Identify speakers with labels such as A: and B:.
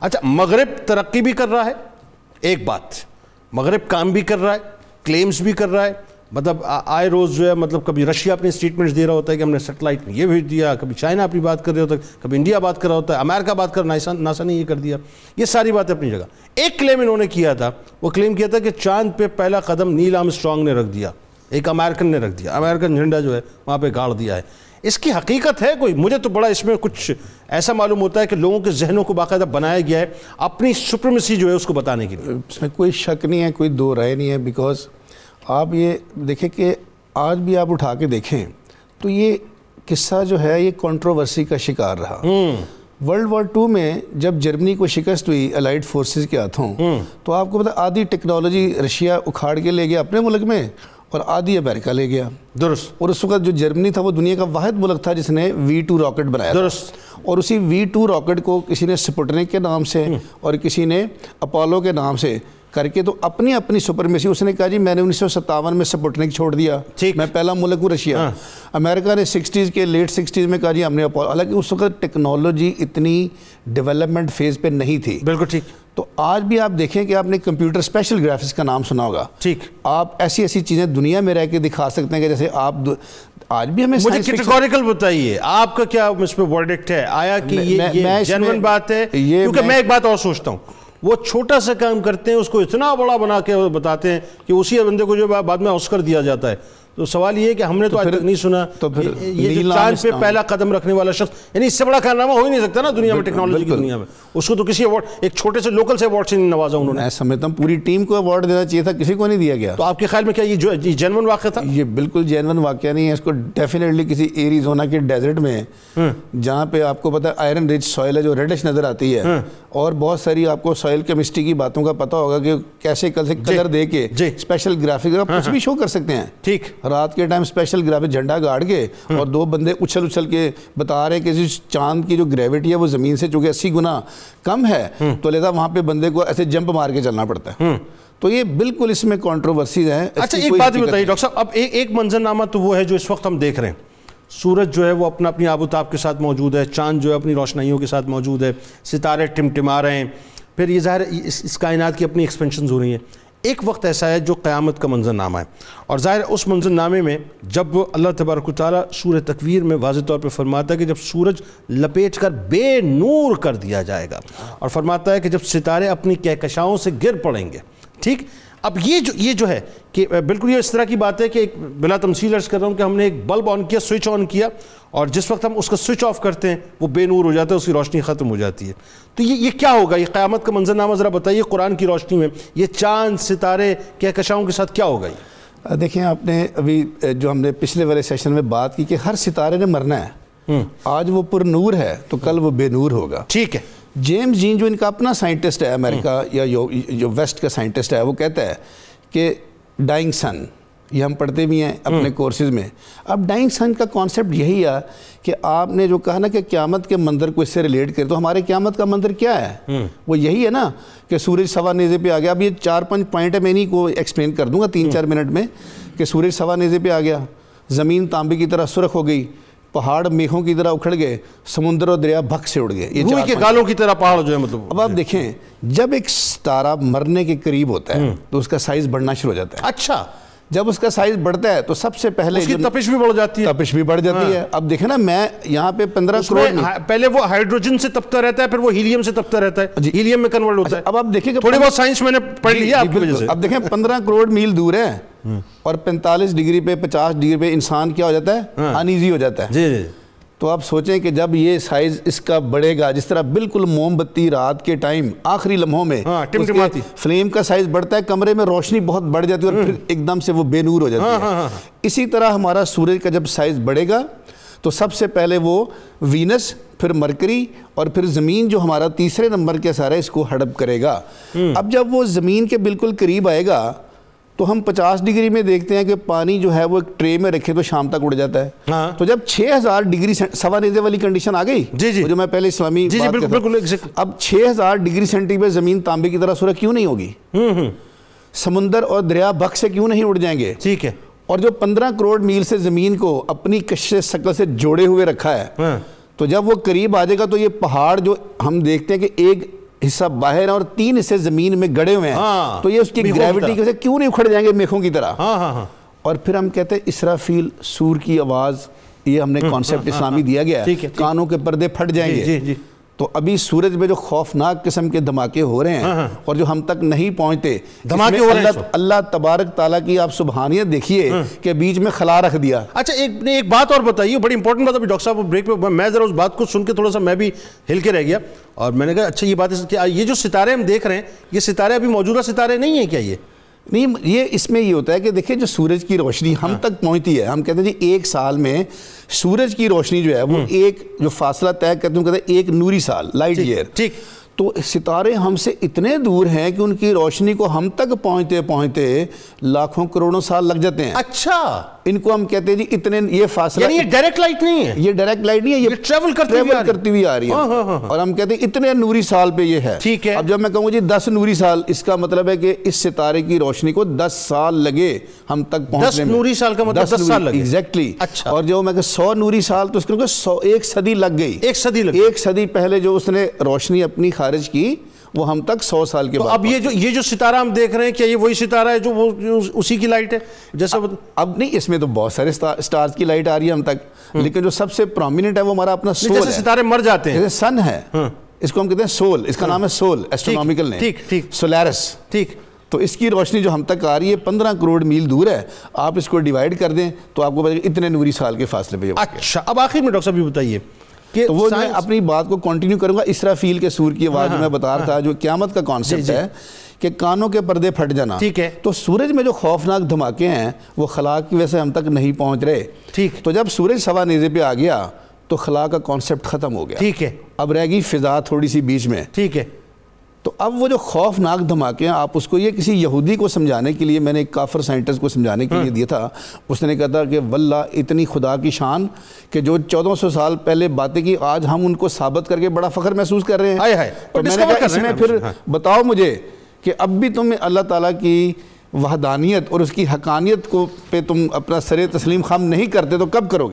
A: اچھا مغرب ترقی بھی کر رہا ہے ایک بات مغرب کام بھی کر رہا ہے کلیمز بھی کر رہا ہے مطلب آئے روز جو ہے مطلب کبھی رشیا اپنی اسٹیٹمنٹس دے رہا ہوتا ہے کہ ہم نے سیٹلائٹ میں یہ بھیج دیا کبھی چائنا اپنی بات کر رہا ہوتا ہے کبھی انڈیا بات کر رہا ہوتا ہے امریکہ بات کر رہا ناسا نے یہ کر دیا یہ ساری باتیں اپنی جگہ ایک کلیم انہوں نے کیا تھا وہ کلیم کیا تھا کہ چاند پہ پہلا قدم نیل آرمسٹرانگ نے رکھ دیا ایک امریکن نے رکھ دیا امریکن جھنڈا جو ہے وہاں پہ گاڑ دیا ہے اس کی حقیقت ہے کوئی مجھے تو بڑا اس میں کچھ ایسا معلوم ہوتا ہے کہ لوگوں کے ذہنوں کو باقاعدہ بنایا گیا ہے اپنی سپریمیسی جو ہے اس کو بتانے کے لیے
B: اس میں کوئی شک نہیں ہے کوئی دو رائے نہیں ہے بیکاز آپ یہ دیکھیں کہ آج بھی آپ اٹھا کے دیکھیں تو یہ قصہ جو ہے یہ کنٹروورسی کا شکار رہا ورلڈ وار ٹو میں جب جرمنی کو شکست ہوئی الائڈ فورسز کے ہاتھوں تو آپ کو پتہ آدھی ٹیکنالوجی رشیا اکھاڑ کے لے گیا اپنے ملک میں اور آدھی امریکہ لے گیا
A: درست
B: اور اس وقت جو جرمنی تھا وہ دنیا کا واحد ملک تھا جس نے وی ٹو راکٹ بنایا تھا۔
A: درست۔
B: اور اسی وی ٹو راکٹ کو کسی نے سپٹنک کے نام سے اور کسی نے اپولو کے نام سے کر کے تو اپنی اپنی سپرمیسی اس نے کہا جی میں نے انیس سو ستاون میں سپٹنک چھوڑ دیا میں پہلا ملک ہوں رشیا امریکہ نے سکسٹیز کے لیٹ سکسٹیز میں کہا جی ہم نے اپولو حالانکہ اس وقت ٹیکنالوجی اتنی ڈیولپمنٹ فیز پہ نہیں تھی
A: بالکل ٹھیک
B: تو آج بھی آپ دیکھیں کہ آپ نے کمپیوٹر اسپیشل گرافکس کا نام سنا ہوگا
A: ٹھیک
B: آپ ایسی ایسی چیزیں دنیا میں رہ کے دکھا سکتے ہیں کہ جیسے آپ آج بھی ہمیں
A: مجھے کیٹیگوریکل بتائیے آپ کا کیا اس پہ ورڈکٹ ہے آیا کہ یہ جنون بات ہے کیونکہ میں ایک بات اور سوچتا ہوں وہ چھوٹا سا کام کرتے ہیں اس کو اتنا بڑا بنا کے بتاتے ہیں کہ اسی بندے کو جو بعد میں آسکر دیا جاتا ہے تو سوال یہ ہے کہ ہم نے تو آج تک نہیں سنا یہ چاند پہ پہلا قدم رکھنے والا شخص یعنی اس سے بڑا کارنامہ ہو ہی نہیں سکتا نا دنیا میں ٹیکنالوجی کی دنیا میں اس کو تو کسی ایوارڈ ایک چھوٹے سے لوکل سے ایوارڈ سے نہیں نوازا انہوں نے
B: میں سمجھتا ہوں پوری ٹیم کو ایوارڈ دینا چاہیے تھا کسی کو نہیں دیا گیا
A: تو آپ کے خیال میں کیا یہ جو جنون واقعہ تھا
B: یہ بالکل جینون واقعہ نہیں ہے اس کو ڈیفینیٹلی کسی ایریزونا کے ڈیزرٹ میں جہاں پہ آپ کو پتہ آئرن رچ سوئل ہے جو ریڈش نظر آتی ہے اور بہت ساری آپ کو سوئل کیمسٹری کی باتوں کا پتہ ہوگا کہ کیسے کل سے کلر دے کے اسپیشل گرافک آپ کچھ بھی شو کر سکتے ہیں
A: ٹھیک
B: رات کے ٹائم اسپیشل گرافک جھنڈا گاڑ کے اور دو بندے اچھل اچھل کے بتا رہے ہیں کہ جس چاند کی جو گریوٹی ہے وہ زمین سے چونکہ اسی گنا کم ہے تو لہذا وہاں پہ بندے کو ایسے جمپ مار کے چلنا پڑتا ہے تو یہ بالکل اس میں کانٹروورسیز ہیں
A: اچھا ایک بات بتائیے ڈاکٹر صاحب اب ایک منظر نامہ تو وہ ہے جو اس وقت ہم دیکھ رہے ہیں سورج جو ہے وہ اپنا اپنی آب و تاب کے ساتھ موجود ہے چاند جو ہے اپنی روشنائیوں کے ساتھ موجود ہے ستارے ٹمٹما رہے ہیں پھر یہ ظاہر اس اس کائنات کی اپنی ایکسپینشنز ہو رہی ہیں ایک وقت ایسا ہے جو قیامت کا منظر نامہ ہے اور ظاہر ہے اس منظر نامے میں جب اللہ تبارک و تعالیٰ سورہ تکویر میں واضح طور پہ فرماتا ہے کہ جب سورج لپیٹ کر بے نور کر دیا جائے گا اور فرماتا ہے کہ جب ستارے اپنی کہکشاؤں سے گر پڑیں گے ٹھیک اب یہ جو یہ جو ہے کہ بالکل یہ اس طرح کی بات ہے کہ ایک بلا تمثیل عرض کر رہا ہوں کہ ہم نے ایک بلب آن کیا سوئچ آن کیا اور جس وقت ہم اس کا سوئچ آف کرتے ہیں وہ بے نور ہو جاتا ہے اس کی روشنی ختم ہو جاتی ہے تو یہ یہ کیا ہوگا یہ قیامت کا منظر نامہ ذرا بتائیے قرآن کی روشنی میں یہ چاند ستارے کہکشاؤں کے ساتھ کیا ہوگا یہ
B: دیکھیں آپ نے ابھی جو ہم نے پچھلے والے سیشن میں بات کی کہ ہر ستارے نے مرنا ہے آج وہ پر نور ہے تو کل وہ بے نور ہوگا
A: ٹھیک ہے
B: جیمز جین جو ان کا اپنا سائنٹسٹ ہے امریکہ یا جو ویسٹ کا سائنٹسٹ ہے وہ کہتا ہے کہ ڈائنگ سن یہ ہم پڑھتے بھی ہیں اپنے کورسز میں اب ڈائنگ سن کا کانسیپٹ یہی ہے کہ آپ نے جو کہا نا کہ قیامت کے منظر کو اس سے ریلیٹ کرے تو ہمارے قیامت کا منظر کیا ہے وہ یہی ہے نا کہ سورج سوا نیزے پہ آ گیا اب یہ چار پانچ پوائنٹ ہے میں انہیں کو ایکسپلین کر دوں گا تین چار منٹ میں کہ سورج سوا نیزے پہ آ گیا زمین تانبے کی طرح سرخ ہو گئی پہاڑ میخوں کی طرح اکھڑ گئے سمندر اور دریا بھک سے اڑ گئے یہ
A: روئی
B: چار
A: کے گالوں کی طرح پہاڑ جو ہے مطلب
B: اب آپ دیکھیں جب ایک ستارہ مرنے کے قریب ہوتا ہے تو اس کا سائز بڑھنا شروع ہو جاتا ہے
A: اچھا
B: جب اس کا سائز بڑھتا ہے تو سب سے پہلے
A: اس کی تپش بھی بڑھ جاتی ہے
B: تپش بھی بڑھ جاتی ہے اب دیکھیں نا میں یہاں پہ پندرہ
A: اس
B: کروڑ
A: میں ہاں، پہلے وہ ہائیڈروجن سے تپتا رہتا ہے پھر وہ ہیلیم سے تپتا رہتا ہے ہیلیم میں کنورٹ ہوتا ہے
B: جی۔ اچھا، اب جی، آپ دیکھیں کہ
A: ہاں۔ تھوڑی بہت سائنس میں نے پڑھ لیا آپ کی وجہ سے
B: اب دیکھیں پندرہ کروڑ میل دور ہے اور پینتالیس ڈگری پہ پچاس ڈگری پہ انسان کیا ہو جاتا
A: ہاں۔
B: ہے انیزی ہو جاتا ہے
A: جی جی
B: تو آپ سوچیں کہ جب یہ سائز اس کا بڑھے گا جس طرح بالکل موم بتی رات کے ٹائم آخری لمحوں میں فلیم کا سائز بڑھتا ہے کمرے میں روشنی بہت بڑھ جاتی ہے اور پھر ایک دم سے وہ بے نور ہو جاتی ہے اسی طرح ہمارا سورج کا جب سائز بڑھے گا تو سب سے پہلے وہ وینس پھر مرکری اور پھر زمین جو ہمارا تیسرے نمبر کے سارا اس کو ہڑپ کرے گا اب جب وہ زمین کے بالکل قریب آئے گا تو ہم پچاس ڈگری میں دیکھتے ہیں کہ پانی جو ہے وہ ایک ٹرے میں رکھے تو شام تک اڑ جاتا ہے
A: ہاں
B: تو جب چھ ہزار ڈگری سوا نیزے والی کنڈیشن آ گئی
A: جی جی
B: جو میں پہلے اسلامی
A: جی جی بالکل بالکل ایگزیکٹلی
B: اب چھ ہزار ڈگری سینٹی پہ زمین تانبے کی طرح سورہ کیوں نہیں ہوگی سمندر اور دریا بخ سے کیوں نہیں اڑ جائیں گے
A: ٹھیک ہے
B: اور جو پندرہ کروڑ میل سے زمین کو اپنی کش شکل سے
A: ہاں۔
B: جوڑے ہوئے رکھا ہے تو جب وہ قریب آ جائے گا تو یہ پہاڑ جو ہم دیکھتے ہیں کہ ایک حصہ باہر ہیں اور تین حصے زمین میں گڑے ہوئے ہیں
A: ہاں،
B: تو یہ اس کی
A: میخوں کی
B: گریوٹی
A: طرح۔
B: کی وجہ سے کیوں نہیں اکھڑ جائیں گے میخوں کی طرح
A: ہاں ہاں ہاں
B: اور پھر ہم کہتے ہیں اسرافیل سور کی آواز یہ ہم نے کانسیپٹ اسلامی دیا گیا ہے کانوں کے پردے پھٹ جائیں
A: جی
B: گے
A: جی
B: تو ابھی سورج میں جو خوفناک قسم کے دھماکے ہو رہے ہیں اور جو ہم تک نہیں پہنچتے اللہ تبارک تعالیٰ کی آپ سبحانیت دیکھیے کہ بیچ میں خلا رکھ دیا
A: اچھا ایک نے ایک بات اور بتائیے بڑی امپورٹنٹ بات ابھی ڈاکٹر صاحب بریک پہ میں ذرا اس بات کو سن کے تھوڑا سا میں بھی ہل کے رہ گیا اور میں نے کہا اچھا یہ بات ہے کہ یہ جو ستارے ہم دیکھ رہے ہیں یہ ستارے ابھی موجودہ ستارے نہیں ہیں کیا یہ
B: نہیں یہ اس میں یہ ہوتا ہے کہ دیکھیں جو سورج کی روشنی ہم تک پہنچتی ہے ہم کہتے ہیں جی ایک سال میں سورج کی روشنی جو ہے وہ ایک جو فاصلہ طے کرتے ہیں کہتے ہیں ایک نوری سال لائٹ ایئر
A: ٹھیک
B: تو ستارے ہم سے اتنے دور ہیں کہ ان کی روشنی کو ہم تک پہنچتے پہنچتے لاکھوں کروڑوں سال لگ جاتے ہیں
A: اچھا
B: ان کو ہم کہتے ہیں جی اتنے یہ فاصلہ
A: یعنی یہ ڈائریکٹ لائٹ نہیں ہے
B: یہ ڈائریکٹ لائٹ نہیں ہے یہ
A: ٹریول کرتے
B: ٹریول کرتی ہوئی آ رہی ہے
A: ہاں،
B: اور ہم کہتے ہیں اتنے نوری سال پہ یہ ہے
A: ٹھیک ہے
B: اب جب میں کہوں گا جی دس نوری سال اس کا مطلب ہے کہ اس ستارے کی روشنی کو دس سال لگے ہم تک پہنچنے میں
A: نوری سال کا مطلب دس سال لگے۔
B: ایگزیکٹلی
A: اچھا۔
B: اور جو میں کہ سو نوری سال تو اس کو سو ایک صدی لگ گئی
A: ایک صدی لگی
B: ایک صدی پہلے جو اس نے روشنی اپنی خارج کی وہ ہم تک سو سال کے
A: تو
B: بعد
A: اب یہ جو یہ جو ستارہ ہم دیکھ رہے ہیں کیا یہ وہی ستارہ ہے جو اسی کی لائٹ ہے جیسا
B: اب نہیں اس میں تو بہت سارے اسٹارز کی لائٹ آ رہی ہے ہم تک لیکن جو سب سے پرومیننٹ ہے وہ ہمارا اپنا سول
A: جیسے
B: ہے
A: ستارے مر جاتے ہیں
B: جیسے سن ہے اس کو ہم کہتے ہیں سول اس کا نام ہے سول ایسٹرونامیکل نیم
A: ہاں۔ ٹھیک، ٹھیک۔
B: سولیرس
A: ٹھیک
B: تو اس کی روشنی جو ہم تک آ رہی ہے پندرہ کروڑ میل دور ہے آپ اس کو ڈیوائڈ کر دیں تو آپ کو پتہ چلے کہ اتنے نوری سال کے فاصلے پہ یہ واقع ہے۔
A: اچھا اب آخر میں ڈاکٹر صاحب یہ بتائیے کہ
B: تو وہ میں اپنی بات کو کنٹینیو کروں گا اسرافیل کے سور کی آواز
A: ہاں،
B: میں بتا رہا تھا جو قیامت کا کانسیپٹ ہے کہ کانوں کے پردے پھٹ جانا
A: جی، ٹھیک ہے
B: تو سورج میں جو خوفناک دھماکے ہیں وہ خلا کی وجہ سے ہم تک نہیں پہنچ رہے
A: ٹھیک
B: تو جب سورج سوا نیزے پہ آ گیا تو خلا کا کانسیپٹ ختم ہو گیا
A: ٹھیک ہے
B: اب رہ گئی فضا تھوڑی سی بیچ میں
A: ٹھیک ہے
B: تو اب وہ جو خوفناک دھماکے ہیں آپ اس کو یہ کسی یہودی کو سمجھانے کے لیے میں نے ایک کافر سائنٹسٹ کو سمجھانے کے لیے دیا تھا اس نے کہا تھا کہ واللہ اتنی خدا کی شان کہ جو چودہ سو سال پہلے باتیں کی آج ہم ان کو ثابت کر کے بڑا فخر محسوس کر رہے
A: آئے ہائے
B: ہیں تو میں نے کہا ہاں۔ اس میں پھر بتاؤ مجھے کہ اب بھی تم اللہ تعالیٰ کی وحدانیت اور اس کی حقانیت کو پہ تم اپنا سر تسلیم خم نہیں کرتے تو کب کرو گے